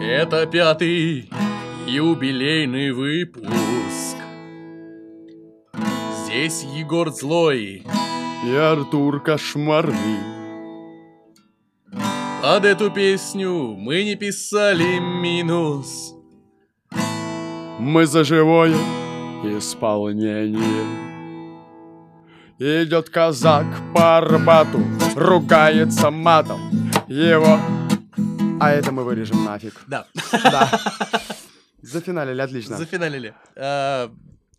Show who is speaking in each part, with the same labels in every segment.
Speaker 1: Это пятый юбилейный выпуск. Здесь Егор Злой.
Speaker 2: И Артур кошмарный.
Speaker 1: Под эту песню мы не писали минус.
Speaker 2: Мы за живое исполнение. Идет казак по Арбату, ругается матом его. А это мы вырежем нафиг.
Speaker 1: Да,
Speaker 2: Да. Зафиналили, отлично.
Speaker 1: зафиналили. А,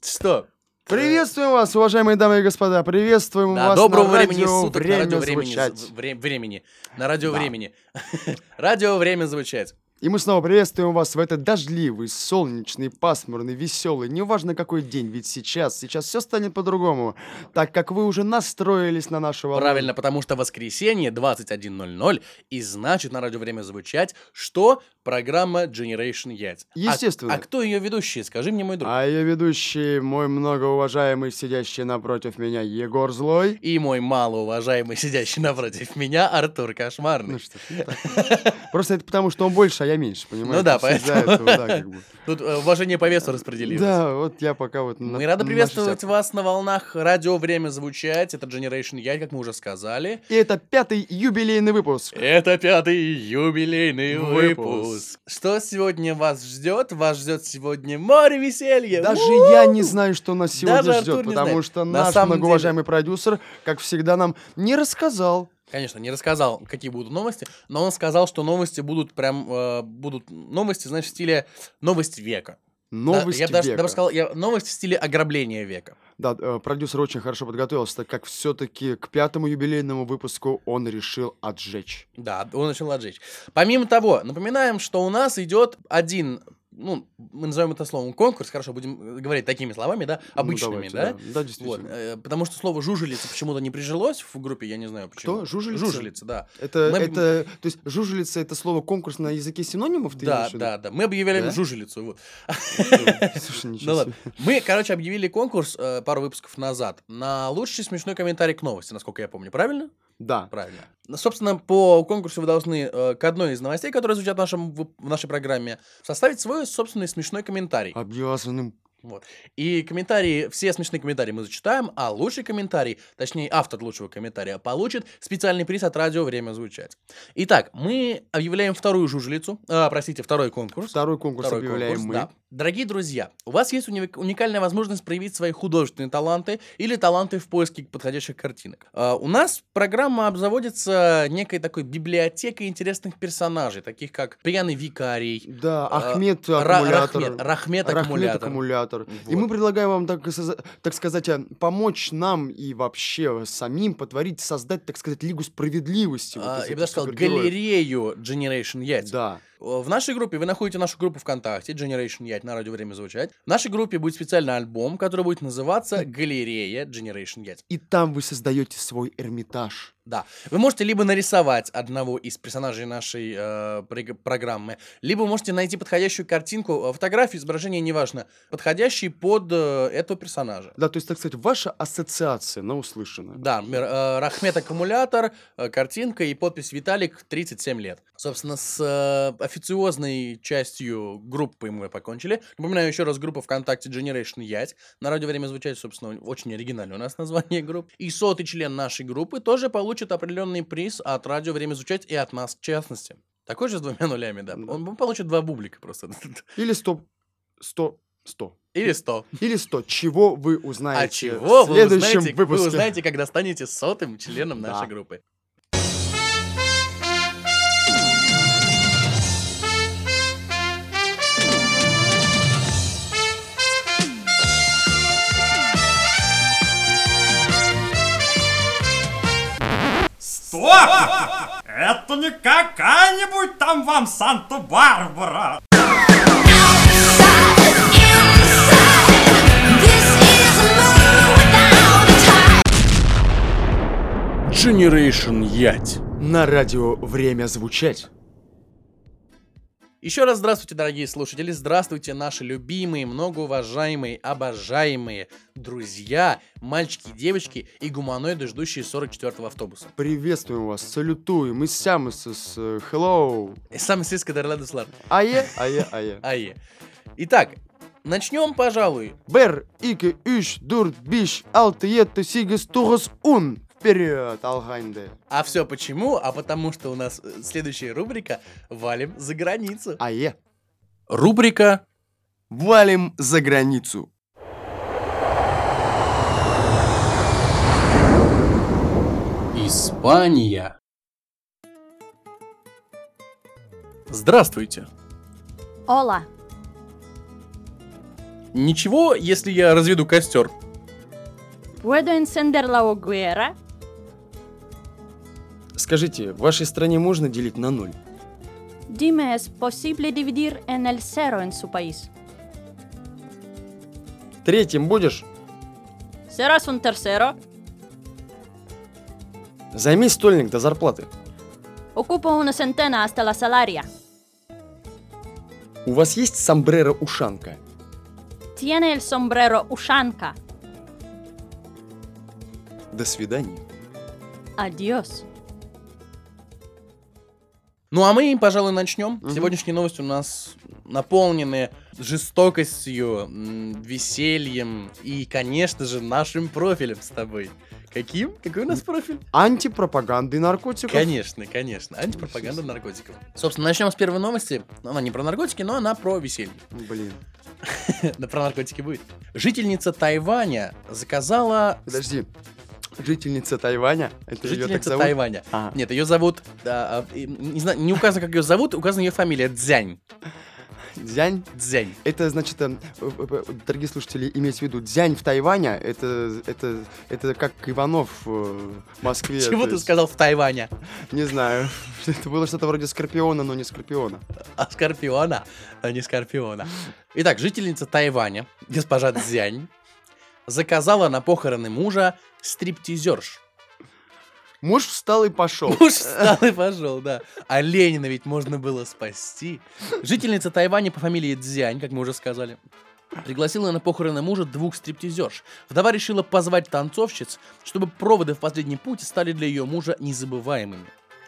Speaker 1: что?
Speaker 2: Приветствуем вас, уважаемые дамы и господа. Приветствуем
Speaker 1: Да,
Speaker 2: вас
Speaker 1: доброго
Speaker 2: на
Speaker 1: времени
Speaker 2: радио
Speaker 1: суток,
Speaker 2: «Время
Speaker 1: на радио времени,
Speaker 2: звучать».
Speaker 1: з- вре- времени, на радио
Speaker 2: Да.
Speaker 1: времени. радио время звучать.
Speaker 2: И мы снова приветствуем вас в этот дождливый, солнечный, пасмурный, веселый, неважно какой день, ведь сейчас, сейчас все станет по-другому, так как вы уже настроились на нашу волну.
Speaker 1: Правильно, потому что воскресенье 21.00, и значит на радио время звучать, что программа Generation Yates. А-
Speaker 2: Естественно.
Speaker 1: А, кто ее ведущий, скажи мне, мой друг.
Speaker 2: А ее ведущий, мой многоуважаемый, сидящий напротив меня, Егор Злой.
Speaker 1: И мой малоуважаемый, сидящий напротив меня, Артур Кошмарный.
Speaker 2: Ну что ж, ну так. Просто это потому, что он больше, а я меньше, понимаешь?
Speaker 1: Ну да,
Speaker 2: То есть из-за
Speaker 1: поэтому.
Speaker 2: этого, да, как бы.
Speaker 1: Тут э, уважение по весу распределилось.
Speaker 2: Да, вот я пока вот... на-
Speaker 1: Мы рады
Speaker 2: на
Speaker 1: приветствовать
Speaker 2: 60.
Speaker 1: вас на волнах радио «Время звучать». Это Generation Yacht, как мы уже сказали.
Speaker 2: И это пятый юбилейный выпуск.
Speaker 1: Это пятый юбилейный
Speaker 2: Выпуск.
Speaker 1: выпуск. Что сегодня вас ждет? Вас ждет сегодня море веселья.
Speaker 2: Даже
Speaker 1: У-у-у!
Speaker 2: я не знаю, что нас
Speaker 1: Даже
Speaker 2: сегодня
Speaker 1: Артур
Speaker 2: ждет,
Speaker 1: не
Speaker 2: потому
Speaker 1: знает.
Speaker 2: что
Speaker 1: На
Speaker 2: наш
Speaker 1: самом деле-
Speaker 2: многоуважаемый продюсер, как всегда, нам не рассказал.
Speaker 1: Конечно, не рассказал, какие будут новости, но он сказал, что новости будут прям... э, будут новости, знаешь, в стиле новость века. Да,
Speaker 2: Новости
Speaker 1: я бы даже,
Speaker 2: века.
Speaker 1: даже сказал, я, новость в стиле ограбления века.
Speaker 2: Да, э, продюсер очень хорошо подготовился, так как все-таки к пятому юбилейному выпуску он решил отжечь.
Speaker 1: Да, он начал отжечь. Помимо того, напоминаем, что у нас идет один, ну, мы назовем это словом конкурс, хорошо, будем э, говорить такими словами, да,
Speaker 2: Ну,
Speaker 1: обычными,
Speaker 2: давайте,
Speaker 1: да?
Speaker 2: Да,
Speaker 1: Вот,
Speaker 2: действительно.
Speaker 1: э, потому что слово жужелица почему-то не прижилось в группе, я не знаю почему.
Speaker 2: Кто? Жужелица?
Speaker 1: Жужелица, да.
Speaker 2: Это,
Speaker 1: мы-
Speaker 2: это, то есть, жужелица — это слово конкурс на языке синонимов? Ты
Speaker 1: да,
Speaker 2: имеешь в виду?
Speaker 1: да, да. Мы объявляли
Speaker 2: Да?
Speaker 1: жужелицу. вот.
Speaker 2: Слушай,
Speaker 1: Ну
Speaker 2: ничего
Speaker 1: ладно.
Speaker 2: себе.
Speaker 1: Мы, короче, объявили конкурс э, пару выпусков назад на лучший смешной комментарий к новости, насколько я помню, правильно?
Speaker 2: Да.
Speaker 1: Правильно. Ну, Собственно, по конкурсу вы должны э, к одной из новостей, которые звучат в, нашем, вып- в нашей программе, составить свой собственный смешной комментарий.
Speaker 2: А. Обвязанным.
Speaker 1: И комментарии, все смешные комментарии мы зачитаем, а лучший комментарий, точнее, автор лучшего комментария, получит специальный приз от радио «Время звучать». Итак, мы объявляем вторую жужелицу, э, простите, второй конкурс.
Speaker 2: Второй конкурс
Speaker 1: Второй
Speaker 2: объявляем
Speaker 1: конкурс,
Speaker 2: мы.
Speaker 1: да. Дорогие друзья, у вас есть уни- уникальная возможность проявить свои художественные таланты или таланты в поиске подходящих картинок. А, у нас программа обзаводится некой такой библиотекой интересных персонажей, таких как пьяный викарий,
Speaker 2: Да,
Speaker 1: А,
Speaker 2: Ахмед
Speaker 1: Ра-
Speaker 2: аккумулятор.
Speaker 1: Рахмет, Рахмет
Speaker 2: Рахмет
Speaker 1: аккумулятор.
Speaker 2: аккумулятор. И
Speaker 1: Вот.
Speaker 2: мы предлагаем вам, так, сказа- так сказать, а, помочь нам и вообще самим потворить, создать, так сказать, Лигу справедливости. вот
Speaker 1: А,
Speaker 2: из
Speaker 1: я
Speaker 2: этих
Speaker 1: бы даже сказал,
Speaker 2: супергероев.
Speaker 1: галерею Generation Yates.
Speaker 2: Да.
Speaker 1: В нашей группе вы находите нашу группу ВКонтакте, Generation Yacht, на радио «Время звучать». В нашей группе будет специальный альбом, который будет называться «Галерея Generation Yacht».
Speaker 2: И там вы создаете свой Эрмитаж.
Speaker 1: Да. Вы можете либо нарисовать одного из персонажей нашей э, прыг- программы, либо можете найти подходящую картинку, э, фотографию, изображение, неважно, подходящий под э, этого персонажа.
Speaker 2: Да, то есть, так сказать, ваша ассоциация на услышанное.
Speaker 1: Да, например, э, Рахмет аккумулятор, э, картинка и подпись Виталик 37 лет. Собственно, с э, официозной частью группы мы покончили. Напоминаю еще раз группу ВКонтакте Generation Ять. На радио время звучать, собственно, очень оригинально у нас название групп. И сотый член нашей группы тоже получит определенный приз от радио время звучать и от нас в частности. Такой же с двумя нулями, да.
Speaker 2: Да.
Speaker 1: Он получит два бублика просто.
Speaker 2: Или сто... Сто... Сто.
Speaker 1: Или 100.
Speaker 2: Или сто. Чего вы узнаете
Speaker 1: А чего
Speaker 2: в
Speaker 1: вы
Speaker 2: следующем
Speaker 1: узнаете, вы
Speaker 2: выпуске?
Speaker 1: узнаете, когда станете сотым членом
Speaker 2: Да.
Speaker 1: нашей группы.
Speaker 3: Стоп! Это не какая-нибудь там вам Санта-Барбара!
Speaker 4: This is a moon without a time.
Speaker 1: Generation Ять.
Speaker 2: На радио время звучать.
Speaker 1: Еще раз здравствуйте, дорогие слушатели, здравствуйте, наши любимые, многоуважаемые, обожаемые друзья, мальчики, девочки и гуманоиды, ждущие 44-го автобуса.
Speaker 2: Приветствуем вас, салютуем, и сямысы с э, hello.
Speaker 1: И Самый сиска Дерладус Лар.
Speaker 2: Ае, ае, ае.
Speaker 1: Ае. Итак, начнем, пожалуй.
Speaker 2: Бер, ике, иш, дурт, биш, алты, етте, сигис, тугас, ун. Вперед, алганды.
Speaker 1: А все почему? А потому что у нас э, следующая рубрика «Валим за границу».
Speaker 2: Ае.
Speaker 1: Рубрика
Speaker 5: Валим за границу.
Speaker 1: «Испания». Здравствуйте.
Speaker 6: Ола.
Speaker 1: Ничего, если я разведу костер.
Speaker 6: Puedo encender la hoguera.
Speaker 5: Скажите, в вашей стране можно делить на ноль?
Speaker 6: Dime, ¿es posible dividir en el cero en su país?
Speaker 5: Третьим будешь?
Speaker 6: ¿Serás un tercero?
Speaker 5: Займи стольник до зарплаты.
Speaker 6: Ocupo una centena hasta la salaria.
Speaker 5: У вас есть сомбреро-ушанка?
Speaker 6: Tiene el sombrero Ushanka.
Speaker 5: До свидания.
Speaker 6: Adiós.
Speaker 1: Ну а мы, пожалуй, начнем. Сегодняшние новости у нас наполнены жестокостью, м, весельем и, конечно же, нашим профилем с тобой. Каким? Какой у нас профиль?
Speaker 2: Антипропаганды наркотиков.
Speaker 1: Конечно, конечно. Антипропаганда наркотиков. Собственно, начнем с первой новости. Ну, Она не про наркотики, но она про веселье.
Speaker 2: Блин.
Speaker 1: Да про наркотики будет. Жительница Тайваня заказала...
Speaker 2: Подожди. Жительница Тайваня? Это её так
Speaker 1: Жительница
Speaker 2: зовут? А.
Speaker 1: Тайваня.
Speaker 2: Ага.
Speaker 1: Нет, ее зовут... да, а, и, не, знаю, не указано, как ее зовут, указана ее фамилия. Дзянь.
Speaker 2: Дзянь?
Speaker 1: Дзянь.
Speaker 2: Это значит, э, э, э, дорогие слушатели, имейте в виду, дзянь в Тайване, это, это, это как Иванов э, в Москве.
Speaker 1: Чего
Speaker 2: то
Speaker 1: ты
Speaker 2: есть,
Speaker 1: сказал в Тайване?
Speaker 2: Не знаю. Это было что-то вроде Скорпиона, но не Скорпиона.
Speaker 1: А скорпиона, а не скорпиона. Итак, жительница Тайваня, госпожа Цзянь, заказала на похороны мужа стриптизерш.
Speaker 2: Муж встал и пошел.
Speaker 1: Муж встал и пошел, да. А Ленина ведь можно было спасти. Жительница Тайваня по фамилии Цзянь, как мы уже сказали, пригласила на похороны мужа двух стриптизерш. Вдова решила позвать танцовщиц, чтобы проводы в последний путь стали для ее мужа незабываемыми.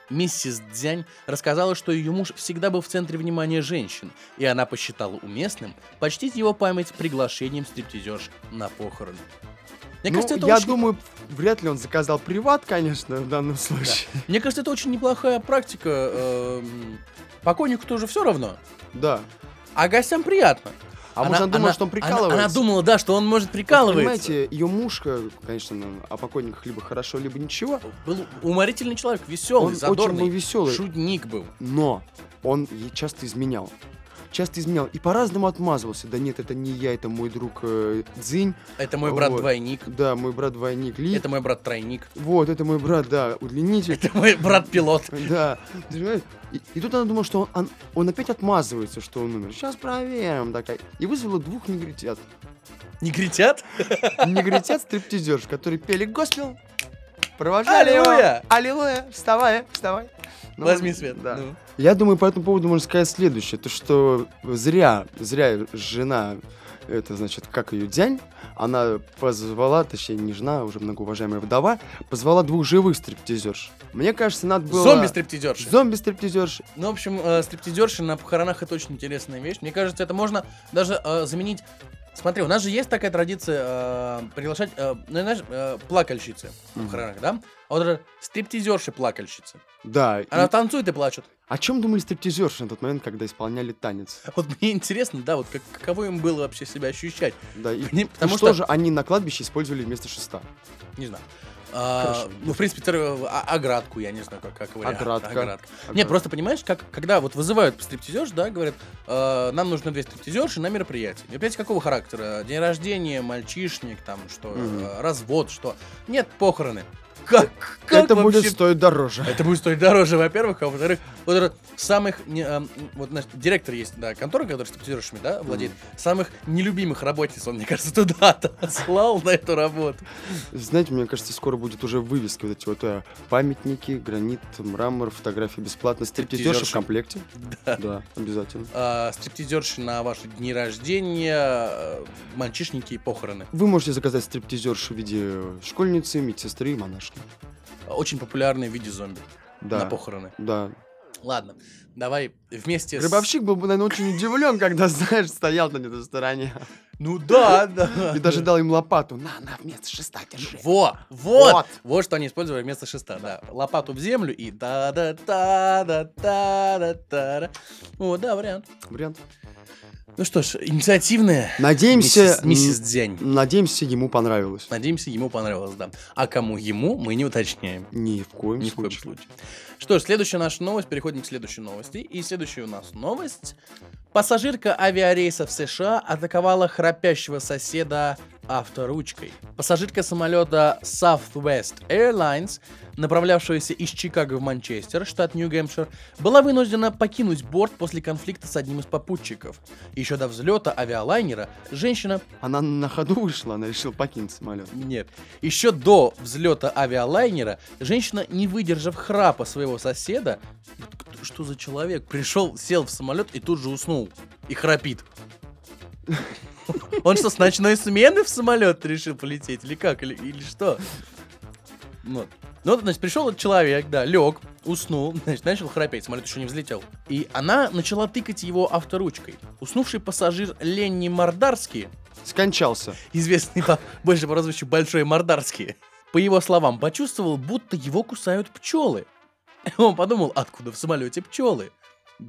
Speaker 1: Миссис Дзянь рассказала, что ее муж всегда был в центре внимания женщин, и она посчитала уместным почтить его память приглашением стриптизерш на похороны. Мне
Speaker 2: Ну,
Speaker 1: кажется, это
Speaker 2: я
Speaker 1: очень
Speaker 2: думаю, вряд ли он заказал приват, конечно, в данном случае.
Speaker 1: Мне кажется, это очень неплохая практика. эм, Покойнику тоже все равно,
Speaker 2: Да.
Speaker 1: а гостям приятно.
Speaker 2: А может, она думала, что он
Speaker 1: она-
Speaker 2: прикалывается?
Speaker 1: Она, думала, да, что он может прикалывается.
Speaker 2: Понимаете, ее муж, э, конечно, о покойниках либо хорошо, либо ничего,
Speaker 1: Был уморительный человек, веселый,
Speaker 2: Он
Speaker 1: задорный.
Speaker 2: очень был веселый.
Speaker 1: Шутник был.
Speaker 2: но он ей часто изменял. Часто изменял. И по-разному отмазывался. Да нет, это не я, это мой друг э, Дзинь.
Speaker 1: Это мой брат-двойник.
Speaker 2: Да, мой брат-двойник Ли.
Speaker 1: Это мой брат-тройник.
Speaker 2: Вот, это мой брат, да, удлинитель.
Speaker 1: Это мой брат-пилот.
Speaker 2: Да. Ты понимаешь? И, и тут она думала, что он, он, он опять отмазывается, что он умер. Сейчас проверим. Такая. И вызвала двух негритят.
Speaker 1: Негритят?
Speaker 2: Негритят стриптизерш, которые пели госпел. Провожали его.
Speaker 1: Аллилуйя!
Speaker 2: Аллилуйя! Вставай, вставай. Ну,
Speaker 1: Возьми свет.
Speaker 2: Да.
Speaker 1: Ну.
Speaker 2: Я думаю, по этому поводу можно сказать следующее. То, что зря, зря жена, это значит, как ее дянь, она позвала, точнее, не жена, а уже многоуважаемая вдова, позвала двух живых стриптизерш. Мне кажется, надо было...
Speaker 1: Зомби-стриптизерши.
Speaker 2: Зомби-стриптизерш.
Speaker 1: Ну, в общем, э, стриптизерши на похоронах это очень интересная вещь. Мне кажется, это можно даже э, заменить. Смотри, у нас же есть такая традиция э, приглашать, э, ну, знаешь, э, плакальщицы на похоронах, да? А вот даже стриптизерши плакальщицы.
Speaker 2: Да. и-
Speaker 1: Она танцует и плачет.
Speaker 2: О чем думали стриптизерши на тот момент, когда исполняли танец?
Speaker 1: А Вот мне интересно, да, вот как, каково им было вообще себя ощущать.
Speaker 2: Да, и,
Speaker 1: Мне-
Speaker 2: и
Speaker 1: потому
Speaker 2: что,
Speaker 1: что-
Speaker 2: же они на кладбище использовали вместо шеста?
Speaker 1: Не знаю. А, ну, в принципе, тер- а- оградку, я не знаю, как, как вариант.
Speaker 2: Оградка.
Speaker 1: Не,
Speaker 2: Оградка.
Speaker 1: просто понимаешь, как, когда вот вызывают стриптизерш, да, говорят, «Э, нам нужно две стриптизерши на мероприятие. Мероприятие какого характера? День рождения, мальчишник, там, что, э, развод, что. Нет, похороны. Как? как
Speaker 2: это будет
Speaker 1: вообще-
Speaker 2: стоить дороже.
Speaker 1: Это будет стоить дороже, во-первых, а во-вторых, вот это самых, не, ам, вот значит, директор есть, да, контора, который стриптизершами, да, владеет, самых нелюбимых работниц он, мне кажется, туда-то слал на эту работу.
Speaker 2: Знаете, мне кажется, скоро будет уже вывески вот эти вот э, памятники, гранит, мрамор, фотографии бесплатно, стриптизерши в
Speaker 1: Стриптизерши.
Speaker 2: комплекте. Да. обязательно.
Speaker 1: А, стриптизерши на ваши дни рождения, э, мальчишники и похороны.
Speaker 2: Вы можете заказать стриптизершу в виде школьницы, медсестры и монашки.
Speaker 1: Очень популярные в виде зомби
Speaker 2: Да.
Speaker 1: на похороны.
Speaker 2: Да.
Speaker 1: Ладно, давай вместе с-
Speaker 2: Гробовщик был бы, наверное, очень удивлен, когда, знаешь, стоял на этой стороне.
Speaker 1: Ну да, да.
Speaker 2: И даже дал им лопату. На, на, вместо шеста держи.
Speaker 1: Во, вот, вот,
Speaker 2: Вот.
Speaker 1: что они использовали вместо шеста, да. Лопату в землю и да да та да та да та да. Вот, да, вариант.
Speaker 2: Вариант.
Speaker 1: Ну что ж, инициативная
Speaker 2: Надеемся...
Speaker 1: миссис, миссис
Speaker 2: м,
Speaker 1: Дзянь.
Speaker 2: Надеемся, ему понравилось.
Speaker 1: Надеемся, ему понравилось, да. А кому ему, мы не уточняем.
Speaker 2: Ни в коем
Speaker 1: Ни в коем
Speaker 2: случае.
Speaker 1: случае. Что ж, следующая наша новость. Переходим к следующей новости. И следующая у нас новость. Пассажирка авиарейса в США атаковала храпящего соседа авторучкой. Пассажирка самолета Southwest Airlines, направлявшаяся из Чикаго в Манчестер, штат Нью-Гэмпшир, была вынуждена покинуть борт после конфликта с одним из попутчиков. Еще до взлета авиалайнера женщина
Speaker 2: Она на ходу вышла, она решила покинуть самолет.
Speaker 1: нет. Еще до взлета авиалайнера женщина, не выдержав храпа своего соседа, «Кто- что за человек, пришел, сел в самолет и тут же уснул. И храпит. Он что, с ночной смены в самолет решил полететь? Или как? Или, или что? Вот. Ну, вот, значит, пришел этот человек, да, лег, уснул, значит, начал храпеть, самолет еще не взлетел. И она начала тыкать его авторучкой. Уснувший пассажир Ленни Мордарский
Speaker 2: Скончался.
Speaker 1: известный по- больше по прозвищу Большой Мордарский, по его словам, почувствовал, будто его кусают пчелы. Он подумал, откуда в самолете пчелы?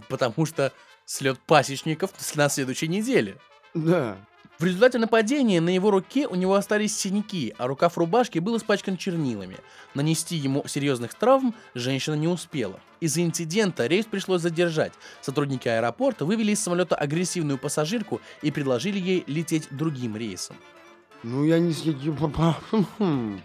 Speaker 1: Потому что слет пасечников с- на следующей неделе.
Speaker 2: Да.
Speaker 1: В результате нападения на его руке у него остались синяки, а рукав рубашки был испачкан чернилами. Нанести ему серьезных травм женщина не успела. Из-за инцидента рейс пришлось задержать. Сотрудники аэропорта вывели из самолета агрессивную пассажирку и предложили ей лететь другим рейсом.
Speaker 2: Ну, я не... с- я- я- ба- хм.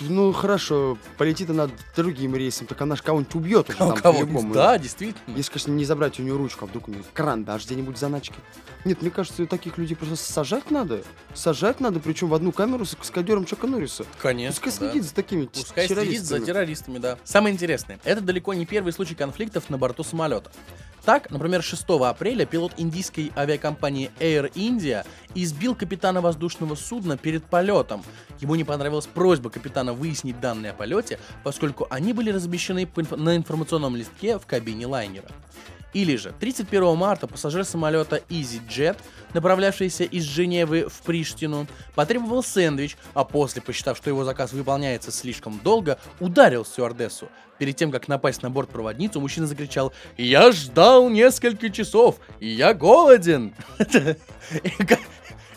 Speaker 2: Ну, хорошо, полетит она другим рейсом, так она ж кого-нибудь убьет уже
Speaker 1: А у
Speaker 2: там
Speaker 1: кого?
Speaker 2: по-любому.
Speaker 1: Да, действительно.
Speaker 2: Если, конечно, не забрать у нее ручку, а вдруг у нее кран даже где-нибудь заначки. Нет, мне кажется, таких людей просто сажать надо. Сажать надо, причем в одну камеру с каскадером Чака Норриса.
Speaker 1: Конечно,
Speaker 2: Пускай
Speaker 1: ну да.
Speaker 2: следит за такими т-
Speaker 1: Пускай следит за
Speaker 2: террористами.
Speaker 1: террористами, да. Самое интересное, это далеко не первый случай конфликтов на борту самолета. Так, например, 6 апреля пилот индийской авиакомпании Air India избил капитана воздушного судна перед полетом. Ему не понравилась просьба капитана выяснить данные о полете, поскольку они были размещены по инф- на информационном листке в кабине лайнера. Или же 31 марта пассажир самолета EasyJet, направлявшийся из Женевы в Приштину, потребовал сэндвич, а после, посчитав, что его заказ выполняется слишком долго, ударил стюардессу. Перед тем, как напасть на борт проводницу, мужчина закричал «Я ждал несколько часов, и я голоден!» И ка-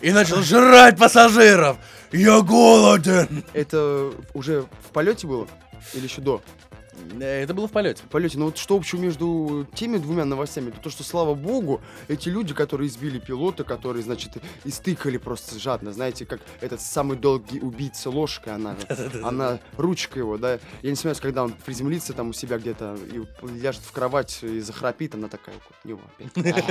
Speaker 1: И начал жрать пассажиров! «Я голоден!»
Speaker 2: Это уже в полете было? Или еще до?
Speaker 1: Э, Это было в полете.
Speaker 2: полете. Но вот что общего между теми двумя новостями, это то, что, слава богу, эти люди, которые избили пилота, которые, значит, истыкали просто жадно, знаете, как этот самый долгий убийца ложка, она, она ручка его, да, я не сомневаюсь, когда он приземлится там у себя где-то и ляжет в кровать и захрапит, она такая, вот, его опять.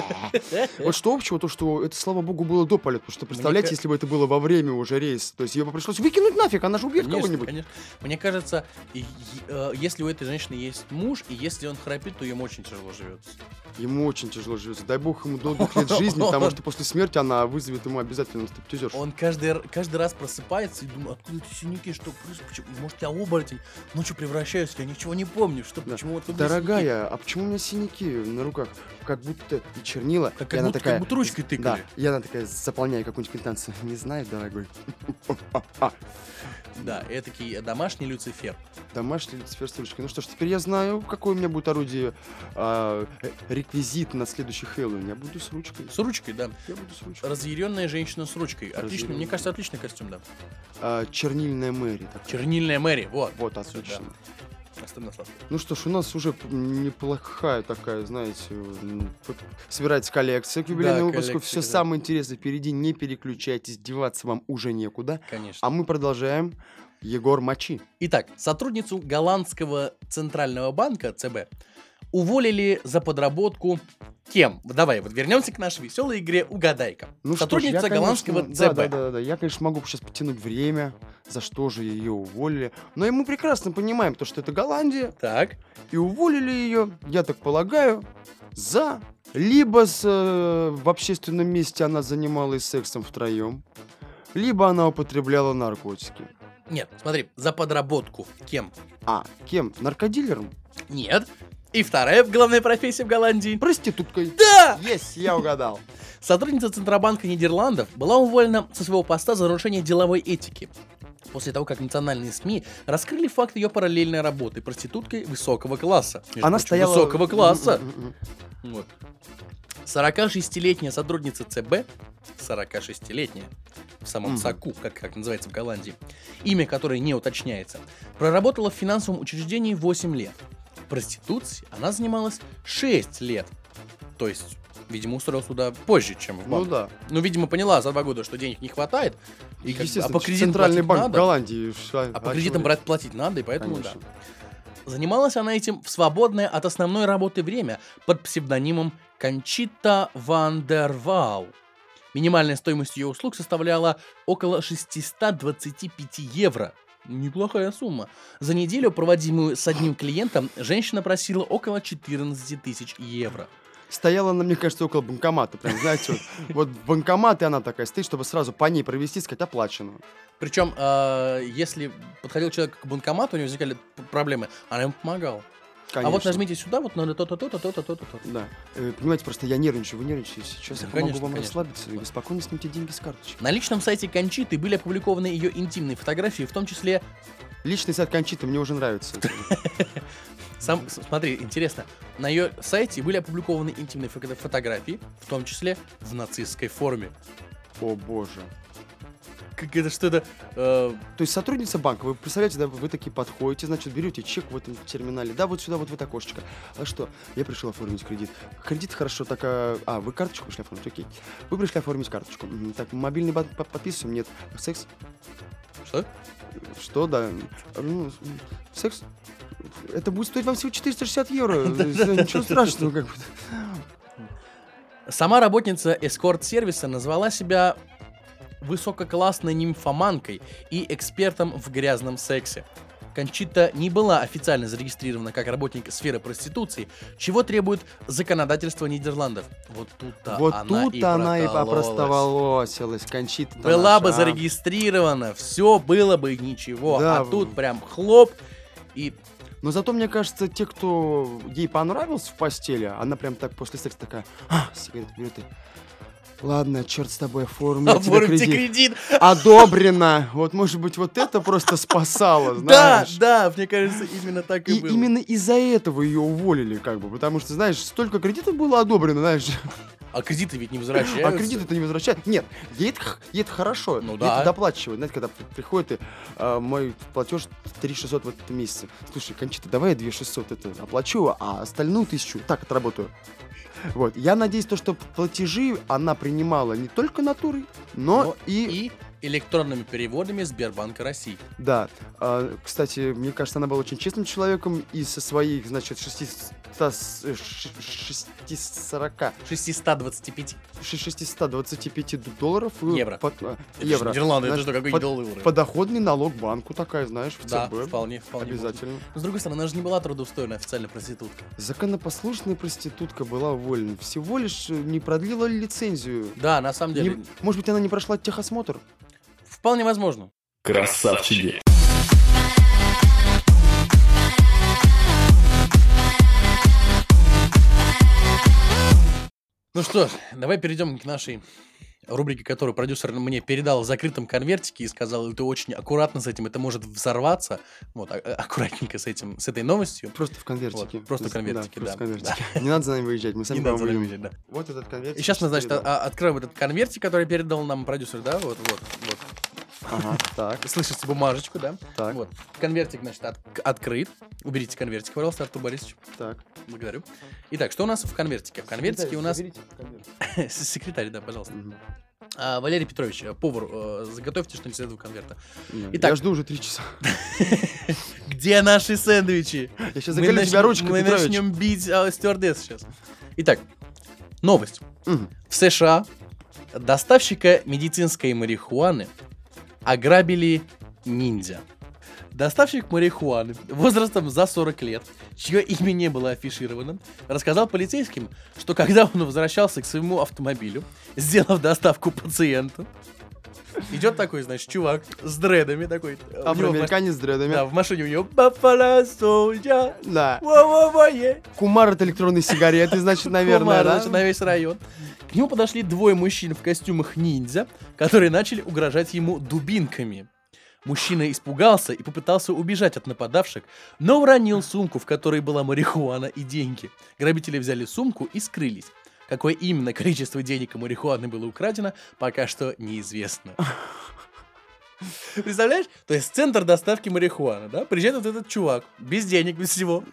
Speaker 2: Вот что общего, то, что это, слава богу, было до полета, потому что, представляете,
Speaker 1: ка-
Speaker 2: если бы это было во время уже рейса, то есть ее бы пришлось выкинуть нафиг, она же убьет
Speaker 1: Конечно,
Speaker 2: кого-нибудь.
Speaker 1: конечно. Мне кажется, и- и, э, если у этой женщины есть муж, и если он храпит, то ему очень тяжело живется.
Speaker 2: Ему очень тяжело живется. Дай бог ему долгих лет жизни, потому что после смерти она вызовет ему обязательно стриптизершу.
Speaker 1: Он каждый, р- каждый раз просыпается и думает, откуда эти синяки, что происходит, почему- может я оборотень, ночью превращаюсь, я ничего не помню, что,
Speaker 2: Да.
Speaker 1: почему вот тут синяки?»
Speaker 2: Дорогая, а почему у меня синяки на руках? Как будто и чернила.
Speaker 1: Так
Speaker 2: и
Speaker 1: как
Speaker 2: она
Speaker 1: будто,
Speaker 2: такая,
Speaker 1: как будто ручкой
Speaker 2: да,
Speaker 1: тыкали.
Speaker 2: и она такая, заполняя какую-нибудь квитанцию. Не знаю, дорогой.
Speaker 1: Да, да этакий э, домашний Люцифер.
Speaker 2: Домашний люцифер с ручкой. Ну что ж, теперь я знаю, какое у меня будет орудие, а, э, реквизит на следующий Хэллоуин. Я буду с ручкой.
Speaker 1: С ручкой, да.
Speaker 2: Я буду с ручкой.
Speaker 1: Разъяренная женщина с ручкой. Отлично, мне
Speaker 2: Разъярённая.
Speaker 1: кажется, отличный костюм, да.
Speaker 2: А, чернильная Мэри. такая.
Speaker 1: Чернильная Мэри, вот.
Speaker 2: Вот, отлично.
Speaker 1: Остальное сладкое.
Speaker 2: Ну что ж, у нас уже п- неплохая такая, знаете, м, п- собирается коллекция к юбилейному выпуску.
Speaker 1: коллекция,
Speaker 2: Все
Speaker 1: да.
Speaker 2: самое интересное впереди, не переключайтесь, деваться вам уже некуда.
Speaker 1: Конечно.
Speaker 2: А мы продолжаем Егор Мачи.
Speaker 1: Итак, сотрудницу голландского центрального банка ЦБ уволили за подработку кем? Давай, вот вернемся к нашей веселой игре «Угадайка».
Speaker 2: Ну что ж,
Speaker 1: Сотрудница
Speaker 2: я, конечно-
Speaker 1: голландского
Speaker 2: да,
Speaker 1: ЦБ.
Speaker 2: Да, да, да, я, конечно, могу сейчас потянуть время, за что же ее уволили. Но и мы прекрасно понимаем, то, что это Голландия,
Speaker 1: Так,
Speaker 2: и уволили ее, я так полагаю, за... Либо с, э, в общественном месте она занималась сексом втроем, либо она употребляла наркотики.
Speaker 1: нет, смотри, за подработку кем?
Speaker 2: А, кем? Наркодилером?
Speaker 1: Нет. И вторая главная профессия в Голландии.
Speaker 2: Проституткой.
Speaker 1: Да!
Speaker 2: Есть, я угадал.
Speaker 1: Сотрудница Центробанка Нидерландов была уволена со своего поста за нарушение деловой этики. После того, как национальные СМИ раскрыли факт ее параллельной работы проституткой высокого класса. Между
Speaker 2: Она
Speaker 1: прочим,
Speaker 2: стояла...
Speaker 1: Высокого класса.
Speaker 2: М, м, м, м.
Speaker 1: Вот. 46-летняя сотрудница ЦБ, 46-летняя, в самом
Speaker 2: Мгм.
Speaker 1: соку, как, как называется в Голландии, имя которой не уточняется, проработала в финансовом учреждении 8 лет. Проституцией она занималась 6 лет. То есть, видимо, устроилась туда позже, чем в
Speaker 2: Ну
Speaker 1: банк.
Speaker 2: да.
Speaker 1: Ну, видимо, поняла за два года, что денег не хватает. И как бы,
Speaker 2: Естественно,
Speaker 1: а по кредитам
Speaker 2: Центральный
Speaker 1: платить
Speaker 2: банк
Speaker 1: надо?
Speaker 2: Голландии.
Speaker 1: А по кредитам брать платить надо, и поэтому
Speaker 2: Конечно.
Speaker 1: да. Занималась она этим в свободное от основной работы время под псевдонимом Кончита Вандервау. Минимальная стоимость ее услуг составляла около 625 евро. Неплохая сумма. За неделю, проводимую с одним клиентом, женщина просила около 14 тысяч евро.
Speaker 2: Стояла она, мне кажется, около банкомата. Прям, знаете, вот, вот в банкомат, и она такая стоит, чтобы сразу по ней провести, сказать, оплачено.
Speaker 1: Причем, э, если подходил человек к банкомату, у него возникали п- проблемы, она ему помогала.
Speaker 2: Конечно.
Speaker 1: А вот нажмите сюда, вот надо то-то, то-то, то-то, то-то. то-то.
Speaker 2: Да. Э, Понимаете, просто я нервничаю, вы нервничаете. Сейчас
Speaker 1: Да,
Speaker 2: я
Speaker 1: конечно,
Speaker 2: помогу вам
Speaker 1: конечно.
Speaker 2: расслабиться, и вы спокойно снимите деньги с карточки.
Speaker 1: На личном сайте Кончиты были опубликованы ее интимные фотографии, в том числе...
Speaker 2: Личный сайт Кончиты мне уже нравится.
Speaker 1: Сам, с- смотри, интересно. На ее сайте были опубликованы интимные фото- фотографии, в том числе в нацистской форме.
Speaker 2: О боже.
Speaker 1: Как это, что это... э,
Speaker 2: То есть сотрудница банка, вы представляете, да, вы такие подходите, значит, берете чек в этом терминале, да, вот сюда, вот в это окошечко. А что? Я пришел оформить кредит. Кредит хорошо, так, а, а, вы карточку пришли оформить, окей. Вы пришли оформить карточку. М, Так, мобильный банк по- подписываем, нет. Секс?
Speaker 1: что?
Speaker 2: Что, да? Ну, с- м, секс? Это будет стоить вам всего 460 евро. Ничего страшного, как бы.
Speaker 1: Сама работница эскорт-сервиса назвала себя высококлассной нимфоманкой и экспертом в грязном сексе. Кончита не была официально зарегистрирована как работник сферы проституции, чего требует законодательство Нидерландов. Вот тут-то
Speaker 2: Вот
Speaker 1: она и
Speaker 2: тут-то она и
Speaker 1: прокололась.
Speaker 2: попростоволосилась, кончит.
Speaker 1: Была бы зарегистрирована, все было бы ничего.
Speaker 2: Да,
Speaker 1: а
Speaker 2: в-
Speaker 1: тут прям хлоп и
Speaker 2: Но зато, мне кажется, те, кто ей понравился в постели, она прям так после секса такая, а, сигареты берет и... Ладно, черт с тобой,
Speaker 1: А
Speaker 2: оформлю тебе
Speaker 1: оформите
Speaker 2: кредит.
Speaker 1: кредит.
Speaker 2: Одобрено. Вот, может быть, вот это просто спасало,
Speaker 1: Да,
Speaker 2: знаешь.
Speaker 1: да, мне кажется, именно так и,
Speaker 2: И
Speaker 1: было.
Speaker 2: именно из-за этого ее уволили, как бы, потому что, знаешь, столько кредитов было одобрено, знаешь,
Speaker 1: А кредиты ведь не возвращаются.
Speaker 2: а кредит это не возвращает. Нет, ей это, х- ей это хорошо,
Speaker 1: Ну
Speaker 2: ей
Speaker 1: да.
Speaker 2: это доплачивают. Знаете, когда при- приходит и, а, мой платеж 3600 в этом месяце. Слушай, Кончита, давай я 2600 это оплачу, а остальную тысячу так отработаю. Вот, я надеюсь, то, что платежи она принимала не только натурой, но,
Speaker 1: Но
Speaker 2: и,
Speaker 1: и электронными переводами Сбербанка России.
Speaker 2: да. А, кстати, мне кажется, она была очень честным человеком и со своих, значит, 600, э, ш- ш- 640
Speaker 1: 625.
Speaker 2: 625 долларов и
Speaker 1: Евро.
Speaker 2: под- а,
Speaker 1: Это ж
Speaker 2: евро.
Speaker 1: Нидерланды, это
Speaker 2: Знаешь,
Speaker 1: что, какой
Speaker 2: под-
Speaker 1: доллары?
Speaker 2: Подоходный налог банку такая, знаешь, в
Speaker 1: Да,
Speaker 2: ЦБ.
Speaker 1: вполне, вполне.
Speaker 2: Обязательно.
Speaker 1: можно. С другой стороны, она же не была трудоустроена официально проститутка.
Speaker 2: Законопослушная проститутка была уволена. Всего лишь э, не продлила лицензию.
Speaker 1: Да, на самом деле,
Speaker 2: Не- может быть, она не прошла техосмотр?
Speaker 1: вполне возможно.
Speaker 5: Красавчики.
Speaker 1: Ну что ж, давай перейдем к нашей рубрике, которую продюсер мне передал в закрытом конвертике и сказал, ты очень аккуратно с этим, это может взорваться. Вот, а- а- аккуратненько с этим, с этой новостью.
Speaker 2: Просто в конвертике.
Speaker 1: Вот, просто в
Speaker 2: Да,
Speaker 1: конвертике,
Speaker 2: просто в
Speaker 1: да.
Speaker 2: конвертике. Не надо за нами выезжать, мы сами
Speaker 1: Не надо
Speaker 2: потом
Speaker 1: за нами
Speaker 2: выйдем.
Speaker 1: бежать, да.
Speaker 2: Вот этот конвертик.
Speaker 1: И сейчас мы, значит,
Speaker 2: четыре, да.
Speaker 1: а- откроем этот конвертик, который передал нам продюсер, да? Вот, вот, вот.
Speaker 2: Ага, так,
Speaker 1: Слышите бумажечку, да?
Speaker 2: так,
Speaker 1: Вот. Конвертик, значит, от- открыт. Уберите конвертик, пожалуйста, Артур Борисович.
Speaker 2: так.
Speaker 1: Благодарю. Итак, что у нас в конвертике? В конвертике у нас...
Speaker 2: Заберите конверт.
Speaker 1: Секретарь, да, пожалуйста.
Speaker 2: Мгм.
Speaker 1: А, Валерий Петрович, э, повар, э, заготовьте что-нибудь из этого конверта. Итак.
Speaker 2: Я жду уже три часа.
Speaker 1: Где наши сэндвичи?
Speaker 2: Я сейчас заколю тебя
Speaker 1: нач-
Speaker 2: ручкой,
Speaker 1: мы
Speaker 2: Петрович.
Speaker 1: начнем бить а, стюардесс сейчас. Итак, новость.
Speaker 2: Мгм.
Speaker 1: В США доставщика медицинской марихуаны ограбили ниндзя. Доставщик марихуаны возрастом за 40 лет, чье имя не было афишировано, рассказал полицейским, что когда он возвращался к своему автомобилю, сделав доставку пациенту, идет такой, значит, чувак с дредами такой. э, у него в маш-
Speaker 2: Афроамериканец с дредами.
Speaker 1: да, в машине у него «Папала Соня,
Speaker 2: Да.
Speaker 1: во-во-во-е».
Speaker 2: Кумар от электронной сигареты, значит, наверное,
Speaker 1: Кумар,
Speaker 2: да?
Speaker 1: значит, на весь район. К нему подошли двое мужчин в костюмах ниндзя, которые начали угрожать ему дубинками. Мужчина испугался и попытался убежать от нападавших, но уронил сумку, в которой была марихуана и деньги. Грабители взяли сумку и скрылись. Какое именно количество денег и марихуаны было украдено, пока что неизвестно. Представляешь? То есть центр доставки марихуаны, да? Приезжает вот этот чувак, без денег, без всего.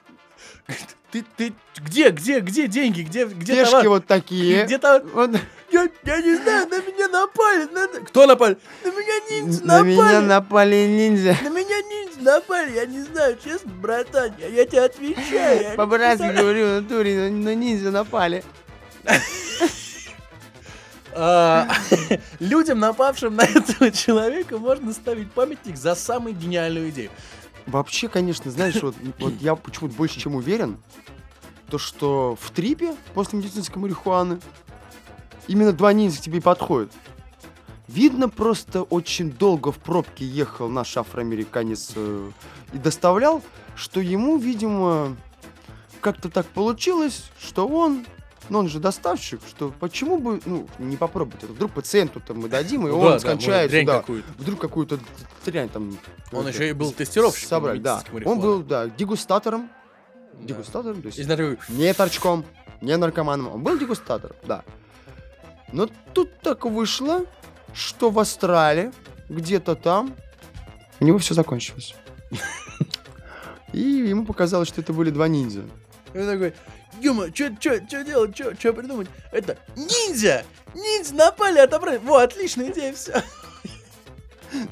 Speaker 1: Говорит, Ты, ты, где, где, где деньги, где, где
Speaker 2: Пешки
Speaker 1: товар?
Speaker 2: вот такие.
Speaker 1: Где товар?
Speaker 2: Вот
Speaker 1: Я, я не знаю, на меня напали. на- Кто напали? На меня ниндзя
Speaker 2: На
Speaker 1: напали.
Speaker 2: меня напали ниндзя.
Speaker 1: На меня ниндзя напали. Я не знаю, честно, братан, я, я тебе отвечаю. я не
Speaker 2: По-братски
Speaker 1: представляю.
Speaker 2: говорю, в натуре, но, но ниндзя напали.
Speaker 1: А, Людям, напавшим на этого человека, можно ставить памятник за самую гениальную идею.
Speaker 2: Вообще, конечно, знаешь, вот, вот я почему-то больше чем уверен, то что в трипе после медицинской марихуаны именно два ниндзя к тебе и подходят. Видно, просто очень долго в пробке ехал наш афроамериканец э, и доставлял, что ему, видимо, как-то так получилось, что он, ну он же доставщик, что почему бы, ну, не попробовать это. Вдруг пациенту там мы дадим, и
Speaker 1: Ну да,
Speaker 2: он
Speaker 1: да, может,
Speaker 2: скончается,
Speaker 1: дрянь
Speaker 2: да.
Speaker 1: какую-то.
Speaker 2: Вдруг какую-то дрянь там.
Speaker 1: Он
Speaker 2: э,
Speaker 1: еще и был тестировщиком
Speaker 2: Собрать, да.
Speaker 1: медицинской
Speaker 2: Он
Speaker 1: марихуаны.
Speaker 2: был, да, дегустатором.
Speaker 1: Да.
Speaker 2: Дегустатором, то есть
Speaker 1: И знаешь, такой,
Speaker 2: не торчком, не наркоманом. Он был дегустатором, да. Но тут так вышло, что в Астрале, где-то там, у него все закончилось. И ему показалось, что это были два ниндзя.
Speaker 1: и он такой, Юма, что делать, что придумать? Это ниндзя! Ниндзя напали, отобрали. Во, отличная идея, все.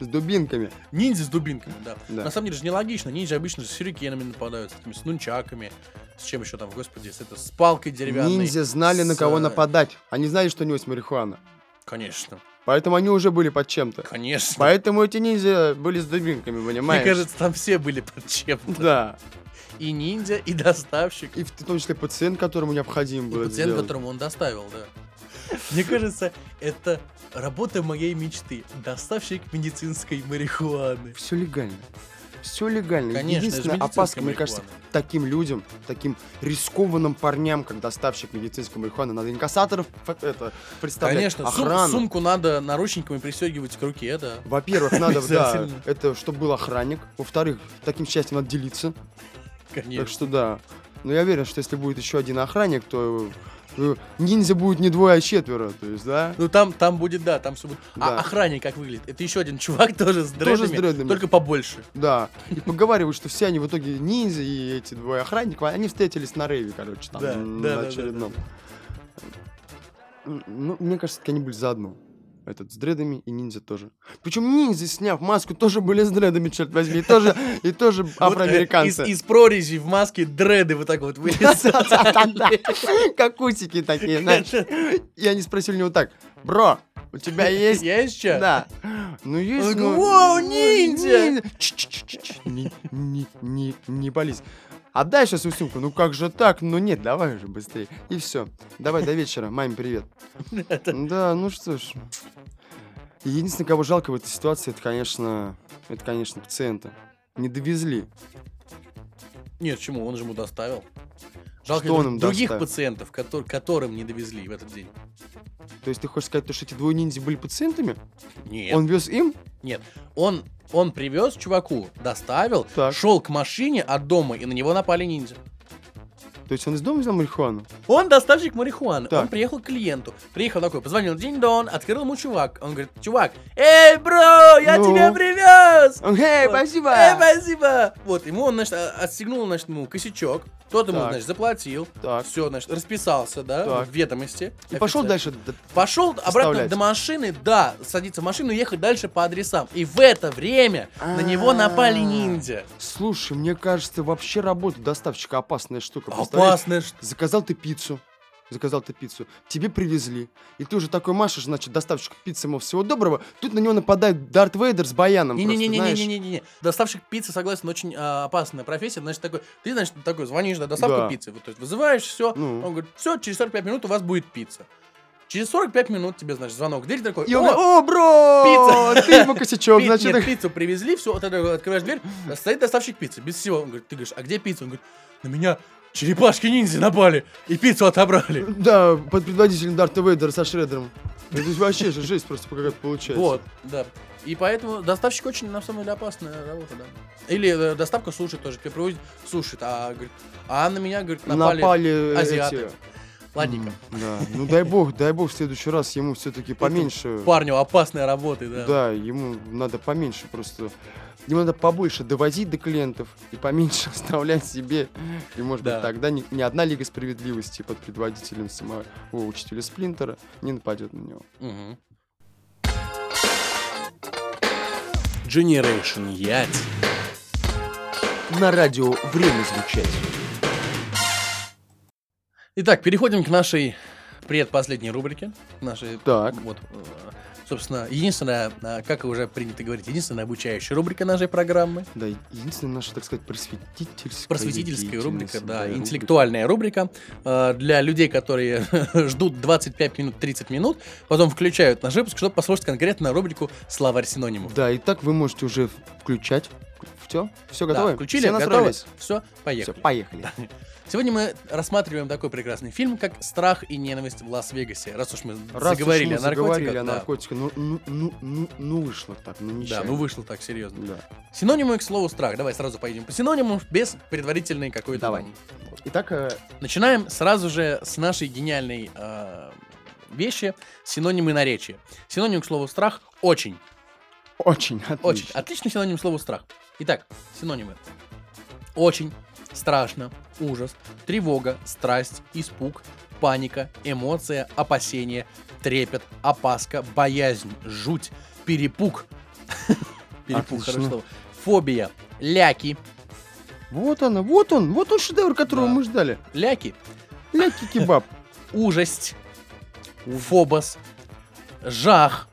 Speaker 2: С дубинками.
Speaker 1: Ниндзя с дубинками, да.
Speaker 2: Да.
Speaker 1: На самом деле же нелогично. Ниндзя обычно с сюрикенами нападают, с, такими, с нунчаками, с чем еще там, господи, с, это, с палкой деревянной.
Speaker 2: Ниндзя знали, на
Speaker 1: с,
Speaker 2: кого
Speaker 1: э,
Speaker 2: нападать. Они знали, что у него есть марихуана.
Speaker 1: Конечно,
Speaker 2: Поэтому они уже были под чем-то.
Speaker 1: конечно.
Speaker 2: Поэтому эти ниндзя были с дубинками,
Speaker 1: Мне
Speaker 2: понимаешь?
Speaker 1: кажется, там все были под чем-то.
Speaker 2: да.
Speaker 1: И ниндзя, и доставщик, и,
Speaker 2: И в том числе пациент, которому необходимо было это
Speaker 1: пациент,
Speaker 2: сделать.
Speaker 1: которому он доставил, да. Мне кажется, это работа моей мечты. Доставщик медицинской марихуаны.
Speaker 2: Все легально. Все легально.
Speaker 1: Конечно, это же
Speaker 2: Единственная
Speaker 1: медицинская
Speaker 2: опаска, мне кажется,
Speaker 1: марихуана.
Speaker 2: к таким людям, таким рискованным парням, как доставщик медицинской марихуаны, надо инкассаторов ф- это, представлять,
Speaker 1: Конечно, сум-
Speaker 2: охрану.
Speaker 1: сумку надо наручниками пристегивать к руке, да.
Speaker 2: Во-первых, надо, да,
Speaker 1: Обязательно.
Speaker 2: это чтобы был охранник. Во-вторых, таким счастьем надо делиться. Так
Speaker 1: Конечно.
Speaker 2: что да. Но я уверен, что если будет еще один охранник, то э, ниндзя будет не двое, а четверо. То есть, да?
Speaker 1: Ну там, там будет, да, там все будет. А
Speaker 2: Да.
Speaker 1: охранник как выглядит? Это еще один чувак тоже с дредами,
Speaker 2: Тоже с дредами.
Speaker 1: только побольше. э,
Speaker 2: Да. И поговаривают, что все они в итоге ниндзя и эти двое охранников, они встретились на рейве, короче, там,
Speaker 1: Да,
Speaker 2: м,
Speaker 1: да, да,
Speaker 2: на
Speaker 1: да,
Speaker 2: очередном. М, Ну, мне кажется, таки они были заодно. Этот с дредами и ниндзя тоже. Причем ниндзя, сняв маску, тоже были с дредами, черт возьми, и тоже, и тоже
Speaker 1: Вот, э,
Speaker 2: афроамериканцы.
Speaker 1: из, из прорези в маске дреды вот так вот вылезают.
Speaker 2: Да-да-да. Как усики такие, знаешь. И они спросили у него так, бро, у тебя есть
Speaker 1: Есть что?
Speaker 2: да. Ну есть.
Speaker 1: Он такой,
Speaker 2: ну,
Speaker 1: «Вау,
Speaker 2: ну,
Speaker 1: ниндзя!»
Speaker 2: Ч-ч-ч-ч-ч. Не- не- не- Не А болись. Отдай сейчас свою сумку. Ну как же так? Ну нет, давай уже быстрее. И все. Давай до вечера. Маме привет. Да, ну что ж. Единственное, кого жалко в этой ситуации, это, конечно, это, конечно, пациента. Не довезли.
Speaker 1: Нет, чему? Он же ему доставил. Жалко
Speaker 2: Что он
Speaker 1: друг-
Speaker 2: им
Speaker 1: других
Speaker 2: доставил?
Speaker 1: пациентов, котор- которым не довезли в этот день.
Speaker 2: То есть ты хочешь сказать, то, что эти двое ниндзя были пациентами?
Speaker 1: Нет.
Speaker 2: Он вез им?
Speaker 1: Он, он привез чуваку, доставил,
Speaker 2: Так.
Speaker 1: шел к машине от дома, и на него напали ниндзя.
Speaker 2: То есть он из дома взял марихуану?
Speaker 1: Он доставщик марихуаны. Он
Speaker 2: Так.
Speaker 1: приехал к клиенту. Приехал такой, позвонил день дон, открыл ему чувак. Он говорит, чувак, эй, бро, я
Speaker 2: Ну?
Speaker 1: тебя привез!
Speaker 2: Он, «Эй,
Speaker 1: Вот.
Speaker 2: спасибо!»
Speaker 1: Эй, спасибо! Вот, ему он, значит, а- отстегнул, значит, ему косячок. Тот ему,
Speaker 2: Так.
Speaker 1: значит, заплатил.
Speaker 2: Так.
Speaker 1: Все, значит, расписался, да,
Speaker 2: Так.
Speaker 1: в ведомости.
Speaker 2: И пошел
Speaker 1: Офицер.
Speaker 2: дальше. д-
Speaker 1: Пошел обратно
Speaker 2: Составлять.
Speaker 1: до машины, да, садиться в машину и ехать дальше по адресам. И в это время на
Speaker 2: А.
Speaker 1: него напали ниндзя.
Speaker 2: Слушай, мне кажется, вообще работа доставщика опасная штука. представляешь?
Speaker 1: Опасно, что...
Speaker 2: Заказал ты пиццу. Заказал ты пиццу. Тебе привезли. И ты уже такой машешь, значит, доставщик пиццы ему всего доброго. Тут на него нападает Дарт Вейдер с баяном. просто, знаешь.
Speaker 1: Не-не-не-не-не-не. Доставщик пиццы, согласен, очень а, опасная профессия. Значит, такой, ты, значит, такой звонишь на доставку
Speaker 2: Да.
Speaker 1: пиццы. Вот, то есть вызываешь, все.
Speaker 2: Ну.
Speaker 1: Он говорит, все, через 45 минут у вас будет пицца. Через 45 минут тебе, значит, звонок. в Дверь такой,
Speaker 2: И он
Speaker 1: «О,
Speaker 2: говорит, о, бро!
Speaker 1: пицца!»
Speaker 2: Ты ему косячок,
Speaker 1: пи-
Speaker 2: значит.
Speaker 1: нет, пиццу привезли, все, вот это открываешь дверь, стоит доставщик пиццы, без всего. Он говорит, ты говоришь, а где пицца? Он говорит, на меня черепашки-ниндзя напали и пиццу отобрали.
Speaker 2: Да, под предводителем Дарта Вейдера со Шредером. Это вообще же жесть просто какая-то получается.
Speaker 1: Вот, да. И поэтому доставщик очень, на самом деле, опасная работа, да. Или э, доставка суши тоже. Тебе привозят суши, а, говорит, а на меня, говорит, напали,
Speaker 2: Напали, эти-
Speaker 1: азиаты. Ладненько.
Speaker 2: Да, ну дай бог, дай бог в следующий раз ему все-таки поменьше.
Speaker 1: Парню опасная работа, да.
Speaker 2: Да, ему надо поменьше просто. Ему надо побольше довозить до клиентов и поменьше оставлять себе. И, может
Speaker 1: Да.
Speaker 2: быть, тогда ни, ни одна Лига Справедливости под предводителем самого учителя Сплинтера не нападет на него.
Speaker 1: Мгм. Generation Ять.
Speaker 5: На радио время звучать.
Speaker 1: Итак, переходим к нашей предпоследней рубрике. к Нашей,
Speaker 2: Так.
Speaker 1: Вот, э, собственно, единственная, э, как уже принято говорить, единственная обучающая рубрика нашей программы.
Speaker 2: Да, единственная наша, так сказать, просветительская
Speaker 1: просветительская рубрика,
Speaker 2: деятельность,
Speaker 1: да,
Speaker 2: рубрика.
Speaker 1: интеллектуальная рубрика э, для людей, которые ждут 25 минут, 30 минут, потом включают наш выпуск, чтобы послушать конкретно рубрику «Словарь синонимов».
Speaker 2: Да, и так вы можете уже включать. Все? Все
Speaker 1: Да,
Speaker 2: готово?
Speaker 1: включили,
Speaker 2: Все
Speaker 1: готовы,
Speaker 2: настроились?
Speaker 1: все,
Speaker 2: Все,
Speaker 1: поехали.
Speaker 2: поехали.
Speaker 1: Сегодня мы рассматриваем такой прекрасный фильм, как «Страх и ненависть в Лас-Вегасе». Раз уж мы
Speaker 2: Раз уж
Speaker 1: заговорили
Speaker 2: мы
Speaker 1: о наркотиках,
Speaker 2: заговорили о
Speaker 1: да.
Speaker 2: наркотиках, ну, ну, ну, ну, ну вышло так, ну
Speaker 1: Да,
Speaker 2: нечаянно.
Speaker 1: ну вышло так серьезно.
Speaker 2: Да.
Speaker 1: Синонимы к слову страх. Давай сразу поедем по синониму, без предварительной какой-то.
Speaker 2: Давай.
Speaker 1: там.
Speaker 2: Итак, э,
Speaker 1: Начинаем сразу же с нашей гениальной э, вещи синонимы наречия. Синоним к слову страх очень.
Speaker 2: очень отлично.
Speaker 1: Очень. Отличный синоним слову страх. Итак, синонимы. Очень, страшно, ужас, тревога, страсть, испуг, паника, эмоция, опасение, трепет, опаска, боязнь, жуть, перепуг. Перепуг,
Speaker 2: Отлично.
Speaker 1: хорошее слово. Фобия, ляки.
Speaker 2: Вот она, вот он, вот он шедевр, которого
Speaker 1: Да.
Speaker 2: мы ждали.
Speaker 1: Ляки.
Speaker 2: Ляки кебаб.
Speaker 1: Ужасть, фобос, жах.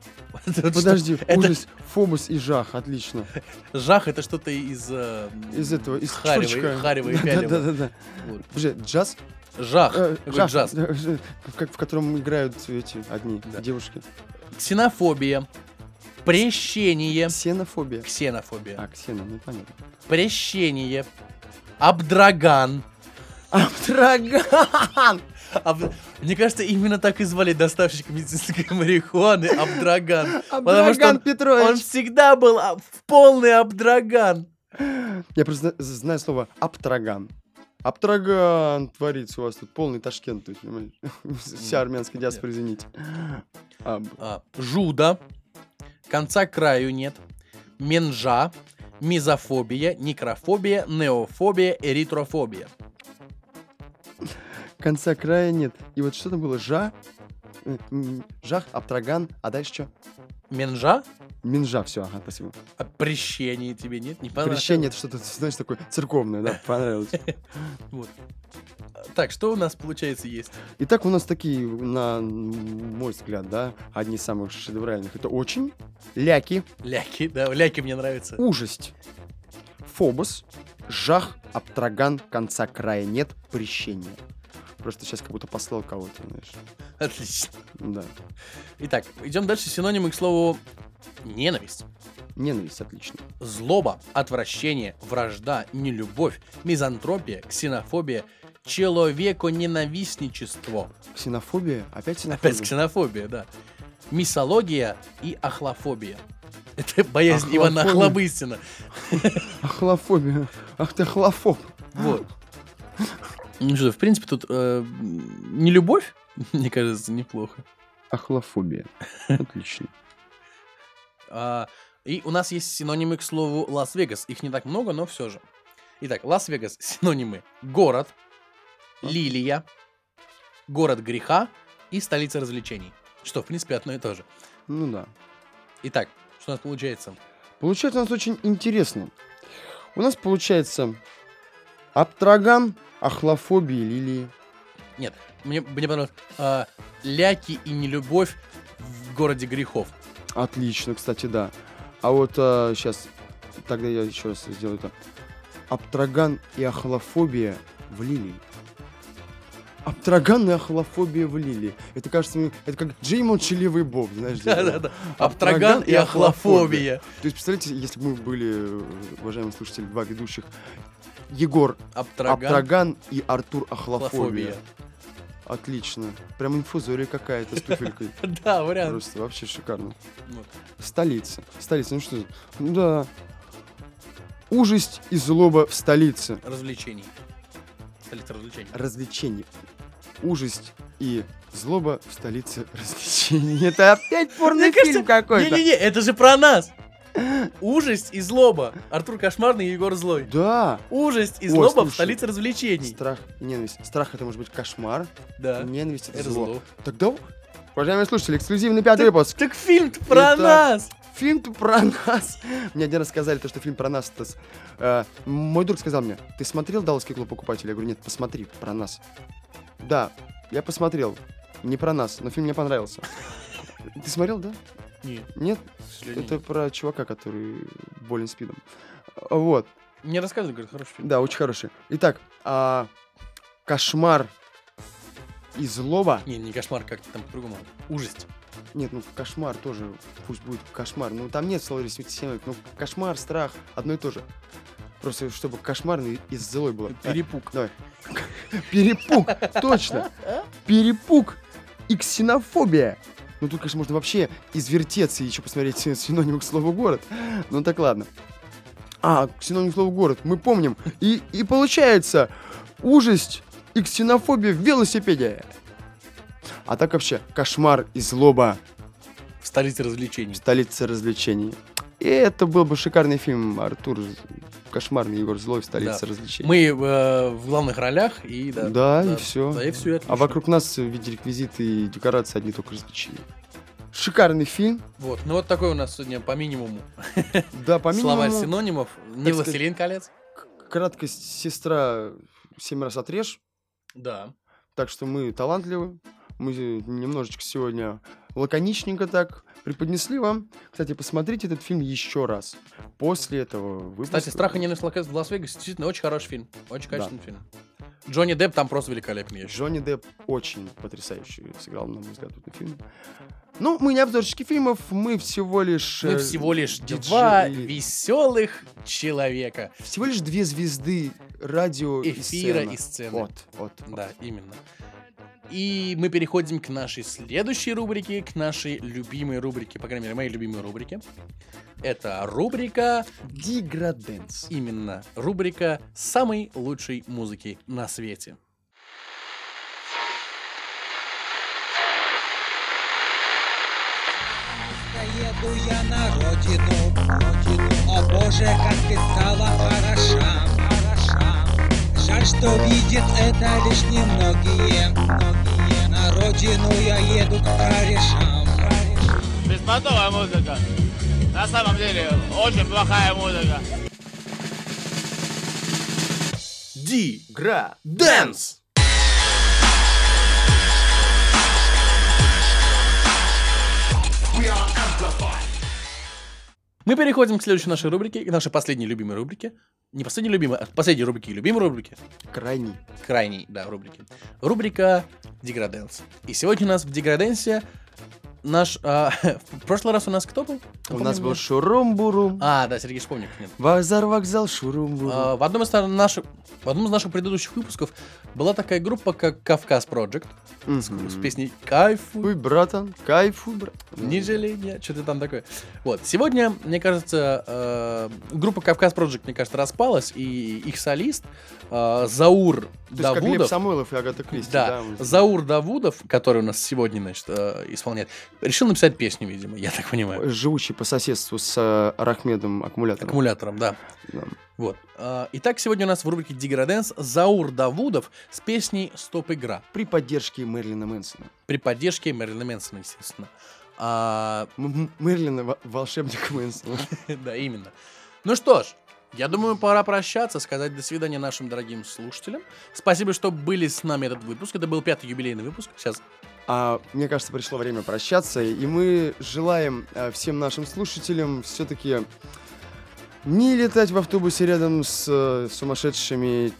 Speaker 1: Это вот что-
Speaker 2: Подожди,
Speaker 1: это-
Speaker 2: ужас, фобус и жах, отлично.
Speaker 1: Жах это что-то из... э,
Speaker 2: Из этого, из
Speaker 1: Харева, и-
Speaker 2: Чурчика.
Speaker 1: Харева и Пялева.
Speaker 2: Да-да-да.
Speaker 1: Вот.
Speaker 2: Уже джаз?
Speaker 1: Жах.
Speaker 2: э,
Speaker 1: Я говорю, Джаз.
Speaker 2: э, э, Как в котором играют эти одни
Speaker 1: Да.
Speaker 2: девушки.
Speaker 1: Ксенофобия. Прещение.
Speaker 2: Ксенофобия.
Speaker 1: Ксенофобия.
Speaker 2: А, ксено, ну понятно.
Speaker 1: Прещение. Абдраган. Абдраган! Аб- Мне кажется, именно так и звали доставщика медицинской марихуаны Абдраган. Потому что
Speaker 2: Абдраган
Speaker 1: он, он
Speaker 2: Петрович.
Speaker 1: всегда был а, в полный Абдраган.
Speaker 2: Я просто зна- знаю слово аптраган. Аптраган творится у вас тут полный Ташкент, то есть, понимаете? вся армянская диаспора, извините. А,
Speaker 1: А, Жуда. Конца краю нет. Менжа. Мизофобия, некрофобия, неофобия, эритрофобия.
Speaker 2: Конца края нет. И вот что там было? Жа, э, м, жах, аптраган, а дальше что?
Speaker 1: Менжа? А
Speaker 2: Минжа, все, ага, спасибо.
Speaker 1: Прещение тебе нет? Не понравилось?
Speaker 2: Прещение, это что-то, знаешь, такое церковное, да, понравилось.
Speaker 1: Так, что у нас получается есть?
Speaker 2: Итак, у нас такие, на мой взгляд, да, одни из самых шедевральных. Это очень, ляки,
Speaker 1: Ляки, да, ляки мне нравятся.
Speaker 2: ужасть, фобос, жах, аптраган, конца края нет, прещение. Просто сейчас как будто послал кого-то, знаешь. Ну
Speaker 1: Отлично.
Speaker 2: Да.
Speaker 1: Итак, идем дальше. Синонимы к слову ненависть.
Speaker 2: Ненависть, отлично.
Speaker 1: Злоба, отвращение, вражда, нелюбовь, мизантропия, ксенофобия, человеконенавистничество.
Speaker 2: Ксенофобия, опять ксенофобия.
Speaker 1: Опять ксенофобия, да. Мисология и ахлофобия. Это боязнь
Speaker 2: Ахлофобия.
Speaker 1: Ивана Охлобыстина.
Speaker 2: Ахлофобия. Ах ты ахлофоб.
Speaker 1: Вот. Ну что, в принципе, тут э, м, не любовь, мне кажется, неплохо.
Speaker 2: Ахлофобия. Отлично.
Speaker 1: А, и у нас есть синонимы к слову Лас-Вегас. Их не так много, но все же. Итак, Лас-Вегас синонимы город, лилия, город греха и столица развлечений. Что, в принципе, одно и то же.
Speaker 2: Ну да.
Speaker 1: Итак, что у нас получается?
Speaker 2: Получается у нас очень интересно. У нас получается Аптраган, Ахлофобия Лилии.
Speaker 1: Нет, мне, мне понравилось а, ляки и нелюбовь в городе грехов.
Speaker 2: Отлично, кстати, да. А вот сейчас, тогда я еще раз сделаю это. Аптраган и Ахлофобия в Лилии. Аптраган и Ахлофобия в Лилии. Это кажется мне, это как Джей и Молчаливый Боб, знаешь. для меня.
Speaker 1: Да-да-да. Аптраган и ахлофобия.
Speaker 2: То есть, представляете, если бы мы были, э, уважаемые слушатели, два ведущих, Егор
Speaker 1: Аптраган.
Speaker 2: Аптраган и Артур Ахлофобия.
Speaker 1: Ахлофобия.
Speaker 2: Отлично. Прям инфузория какая-то с туфелькой.
Speaker 1: Да, вариант. ну,
Speaker 2: Просто вообще шикарно.
Speaker 1: Вот.
Speaker 2: Столица. Столица, ну что? за- Ну Да. Ужасть и злоба в столице.
Speaker 1: Развлечений. Столица развлечений.
Speaker 2: Развлечений. Ужасть и злоба в столице развлечений. Это опять порнофильм какой-то.
Speaker 1: Не-не-не, это же про нас. Ужасть и злоба. Артур Кошмарный и Егор Злой.
Speaker 2: Да.
Speaker 1: Ужасть и
Speaker 2: Ой,
Speaker 1: злоба в
Speaker 2: слушай.
Speaker 1: столице развлечений.
Speaker 2: Страх, ненависть. Страх это может быть кошмар,
Speaker 1: Да.
Speaker 2: ненависть это
Speaker 1: Это
Speaker 2: зло.
Speaker 1: зло.
Speaker 2: Тогда, уважаемые слушатели, эксклюзивный пятый выпуск.
Speaker 1: Так фильм про
Speaker 2: Это-
Speaker 1: нас.
Speaker 2: Фильм-то про нас. Мне один раз сказали, то, что фильм про нас. это с- э, мой друг сказал мне, ты смотрел «Далласский клуб покупателей»? Я говорю, нет, посмотри, про нас. Да, я посмотрел. Не про нас, но фильм мне понравился. Ты смотрел, да?
Speaker 1: Нет,
Speaker 2: Нет?
Speaker 1: к сожалению,
Speaker 2: Это
Speaker 1: нет.
Speaker 2: про чувака, который болен спидом. Вот,
Speaker 1: Мне рассказывали, говорят, хороший фильм.
Speaker 2: да, очень хороший. Итак, а, кошмар и злоба.
Speaker 1: Не, не кошмар, как-то там по-другому. Ужасть.
Speaker 2: Нет, ну кошмар тоже, пусть будет кошмар. Ну там нет слова семейок, ну кошмар, страх, одно и то же. Просто чтобы кошмарный и злой было.
Speaker 1: Перепуг.
Speaker 2: А, давай. Перепуг, точно. Перепуг и ксенофобия. Ну тут, конечно, можно вообще извертеться и еще посмотреть синоним к слову город. Ну так ладно. А, синоним к слову город, мы помним. И, и получается ужасть и ксенофобия в велосипеде. А так вообще кошмар и злоба
Speaker 1: В столице развлечений.
Speaker 2: столица развлечений. И это был бы шикарный фильм Артур Кошмарный Егор Злой столица
Speaker 1: Да.
Speaker 2: развлечений. А
Speaker 1: Мы э, в главных ролях и да.
Speaker 2: Да, и всё.
Speaker 1: Да, и все.
Speaker 2: А вокруг нас в виде реквизиты и декорации одни только развлечения. Шикарный фильм.
Speaker 1: Вот, ну вот такой у нас сегодня по минимуму.
Speaker 2: Да, по
Speaker 1: Словарь
Speaker 2: минимуму,
Speaker 1: синонимов. Не
Speaker 2: сказать-
Speaker 1: «Властелин колец».
Speaker 2: к- краткость сестра семь раз отрежь.
Speaker 1: Да.
Speaker 2: Так что мы талантливы. Мы немножечко сегодня лаконичненько так преподнесли вам. Кстати, посмотрите этот фильм еще раз. После этого выпуска.
Speaker 1: Кстати, «Страх и ненависть в Лас-Вегасе» действительно очень хороший фильм. Очень качественный фильм. Джонни Депп там просто великолепный. я считаю.
Speaker 2: Джонни Депп очень потрясающе сыграл, на мой взгляд, в этом фильме. Ну, мы не обзорщики фильмов, мы всего лишь...
Speaker 1: Мы
Speaker 2: э,
Speaker 1: всего лишь два
Speaker 2: диджеи.
Speaker 1: веселых человека.
Speaker 2: Всего лишь две звезды радио
Speaker 1: Эфира и сцены.
Speaker 2: и сцены. Вот, вот.
Speaker 1: Да, именно. И мы переходим к нашей следующей рубрике, к нашей любимой рубрике, по крайней мере, моей любимой рубрике. Это рубрика,
Speaker 2: Деграденс.
Speaker 1: именно рубрика самой лучшей музыки на свете.
Speaker 7: Еду я на родину, родину. О боже, как ты стала хороша, хороша. Жаль, что видит это лишь немногие, многие. На родину я еду к корешам, корешам.
Speaker 8: Беспонтовая музыка. На самом деле, очень плохая музыка.
Speaker 1: Ди!
Speaker 5: Гра.
Speaker 1: Дэнс! Мы переходим к следующей нашей рубрике, к нашей последней любимой рубрике. Не последней любимой, а последней рубрике и любимой рубрике.
Speaker 2: Крайний.
Speaker 1: крайней, да, рубрики. Рубрика Деграденс. И сегодня у нас в Деграденсе наш... а, в прошлый раз у нас кто был?
Speaker 2: У нас был шурум-бурум.
Speaker 1: А, да, Сергей вспомнил. Нет.
Speaker 2: Базар, вокзал, шурум-бурум.
Speaker 1: А, В одном, из на- наших, в одном из наших предыдущих выпусков была такая группа, как Кавказ Project, с,
Speaker 2: Мгм.
Speaker 1: с песней «Кайфуй,
Speaker 2: Ой, братан, кайфуй, брат.
Speaker 1: не жалей меня», что-то там такое. Вот, сегодня, мне кажется, э, группа Кавказ Project, мне кажется, распалась, и их солист э, Заур
Speaker 2: То есть как Глеб
Speaker 1: Давудов...
Speaker 2: Самойлов и Агата Кристи,
Speaker 1: Да,
Speaker 2: да? он же.
Speaker 1: Заур Давудов, который у нас сегодня, значит, э, исполняет, решил написать песню, видимо, я так понимаю.
Speaker 2: Живущий по соседству с э, Рахмедом аккумулятором.
Speaker 1: Аккумулятором, да.
Speaker 2: Да.
Speaker 1: Вот. А, Итак, сегодня у нас в рубрике Деграденс Заур Давудов с песней «Стоп игра»
Speaker 2: При поддержке Мерлина Мэнсона.
Speaker 1: при поддержке Мэрилина Мэнсона, естественно. А,
Speaker 2: М- м- Мерлина во- волшебник Мэнсона.
Speaker 1: да, именно. Ну что ж, я думаю, пора прощаться, сказать до свидания нашим дорогим слушателям. Спасибо, что были с нами этот выпуск. Это был пятый юбилейный выпуск. Сейчас
Speaker 2: А мне кажется, пришло время прощаться, и мы желаем э, всем нашим слушателям все-таки не летать в автобусе рядом с э, сумасшедшими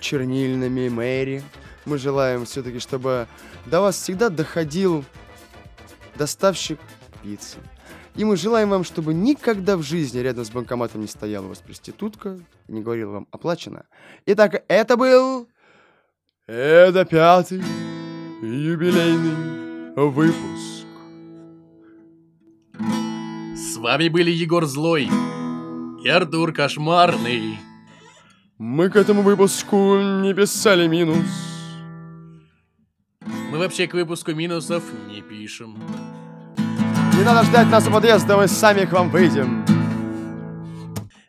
Speaker 2: чернильными Мэри. Мы желаем все-таки, чтобы до вас всегда доходил доставщик пиццы. И мы желаем вам, чтобы никогда в жизни рядом с банкоматом не стояла у вас проститутка, не говорила вам оплачено. Итак, это был... Это пятый юбилейный выпуск.
Speaker 1: с вами были Егор Злой и Артур Кошмарный.
Speaker 2: Мы к этому выпуску не писали минус.
Speaker 1: Мы вообще к выпуску минусов не пишем.
Speaker 2: Не надо ждать нас у подъезда, мы сами к вам выйдем.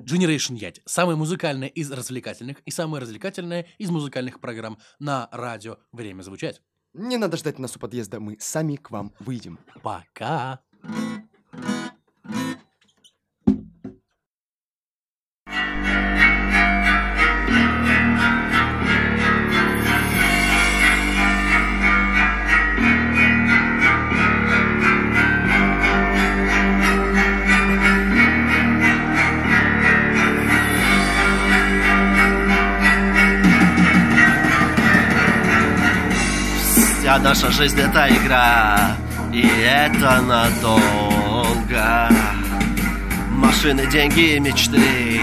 Speaker 1: Generation Ять. Самое музыкальное из развлекательных и самое развлекательное из музыкальных программ на радио «Время звучать».
Speaker 2: Не надо ждать нас у подъезда, мы сами к вам выйдем.
Speaker 1: Пока!
Speaker 5: Вся наша жизнь это игра, и это надолго. Машины, деньги и мечты,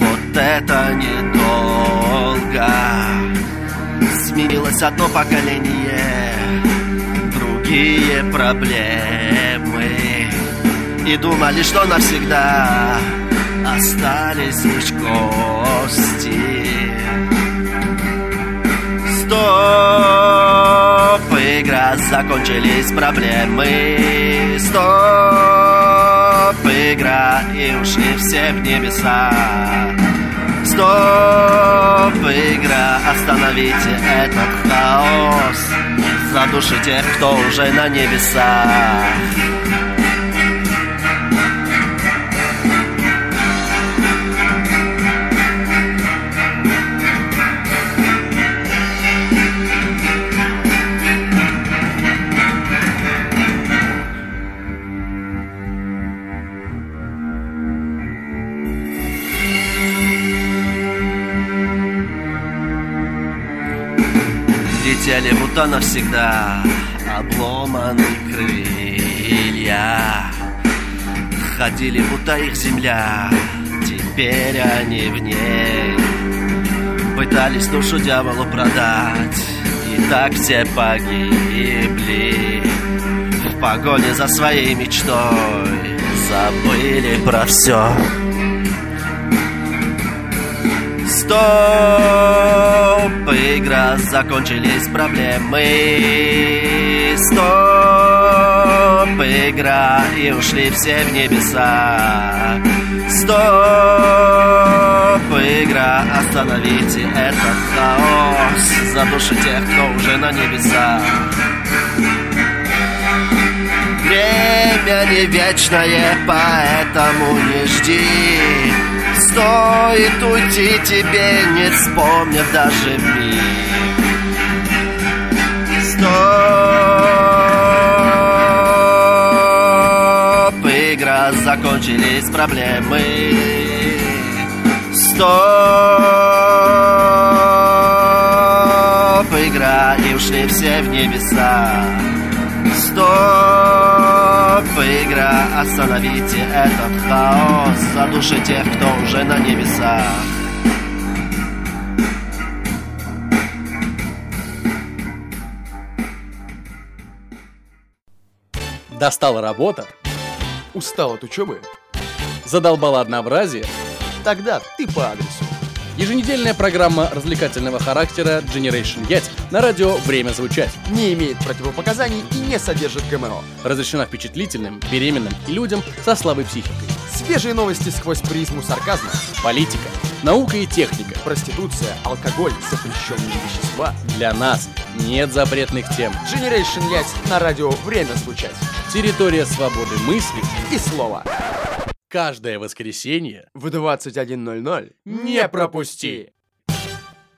Speaker 5: вот это недолго. Сменилось одно поколение, другие проблемы. И думали, что навсегда остались лишь кости. Стоп, игра, закончились проблемы Стоп, игра, и ушли все в небеса Стоп, игра, остановите этот хаос Задушите тех, кто уже на небесах Летели будто навсегда обломаны крылья Ходили будто их земля, теперь они в ней Пытались душу дьяволу продать, и так все погибли В погоне за своей мечтой забыли про все Стоп, игра, закончились проблемы. Стоп, игра, и ушли все в небеса. Стоп, игра, остановите этот хаос. Задуши тех, кто уже на небесах. Время не вечное, поэтому не жди Стоит уйти тебе, не вспомнив даже миг Стоп, игра, закончились проблемы Стоп, игра, и ушли все в небеса Стоп, игра, остановите этот хаос За души тех, кто уже на небесах
Speaker 1: Достала работа,
Speaker 2: Устал от учебы?
Speaker 1: задолбала однообразие.
Speaker 2: Тогда ты по адресу.
Speaker 1: Еженедельная программа развлекательного характера Generation Yet на радио «Время звучать».
Speaker 2: Не имеет противопоказаний и не содержит ГМО.
Speaker 1: Разрешена впечатлительным, беременным и людям со слабой психикой.
Speaker 2: Свежие новости сквозь призму сарказма.
Speaker 1: Политика, наука и техника.
Speaker 2: Проституция, алкоголь, запрещенные вещества.
Speaker 1: Для нас нет запретных тем.
Speaker 2: Generation Ясь на радио «Время звучать».
Speaker 1: Территория свободы мысли.
Speaker 2: И слово.
Speaker 1: Каждое воскресенье
Speaker 2: В 21.00
Speaker 1: не пропусти.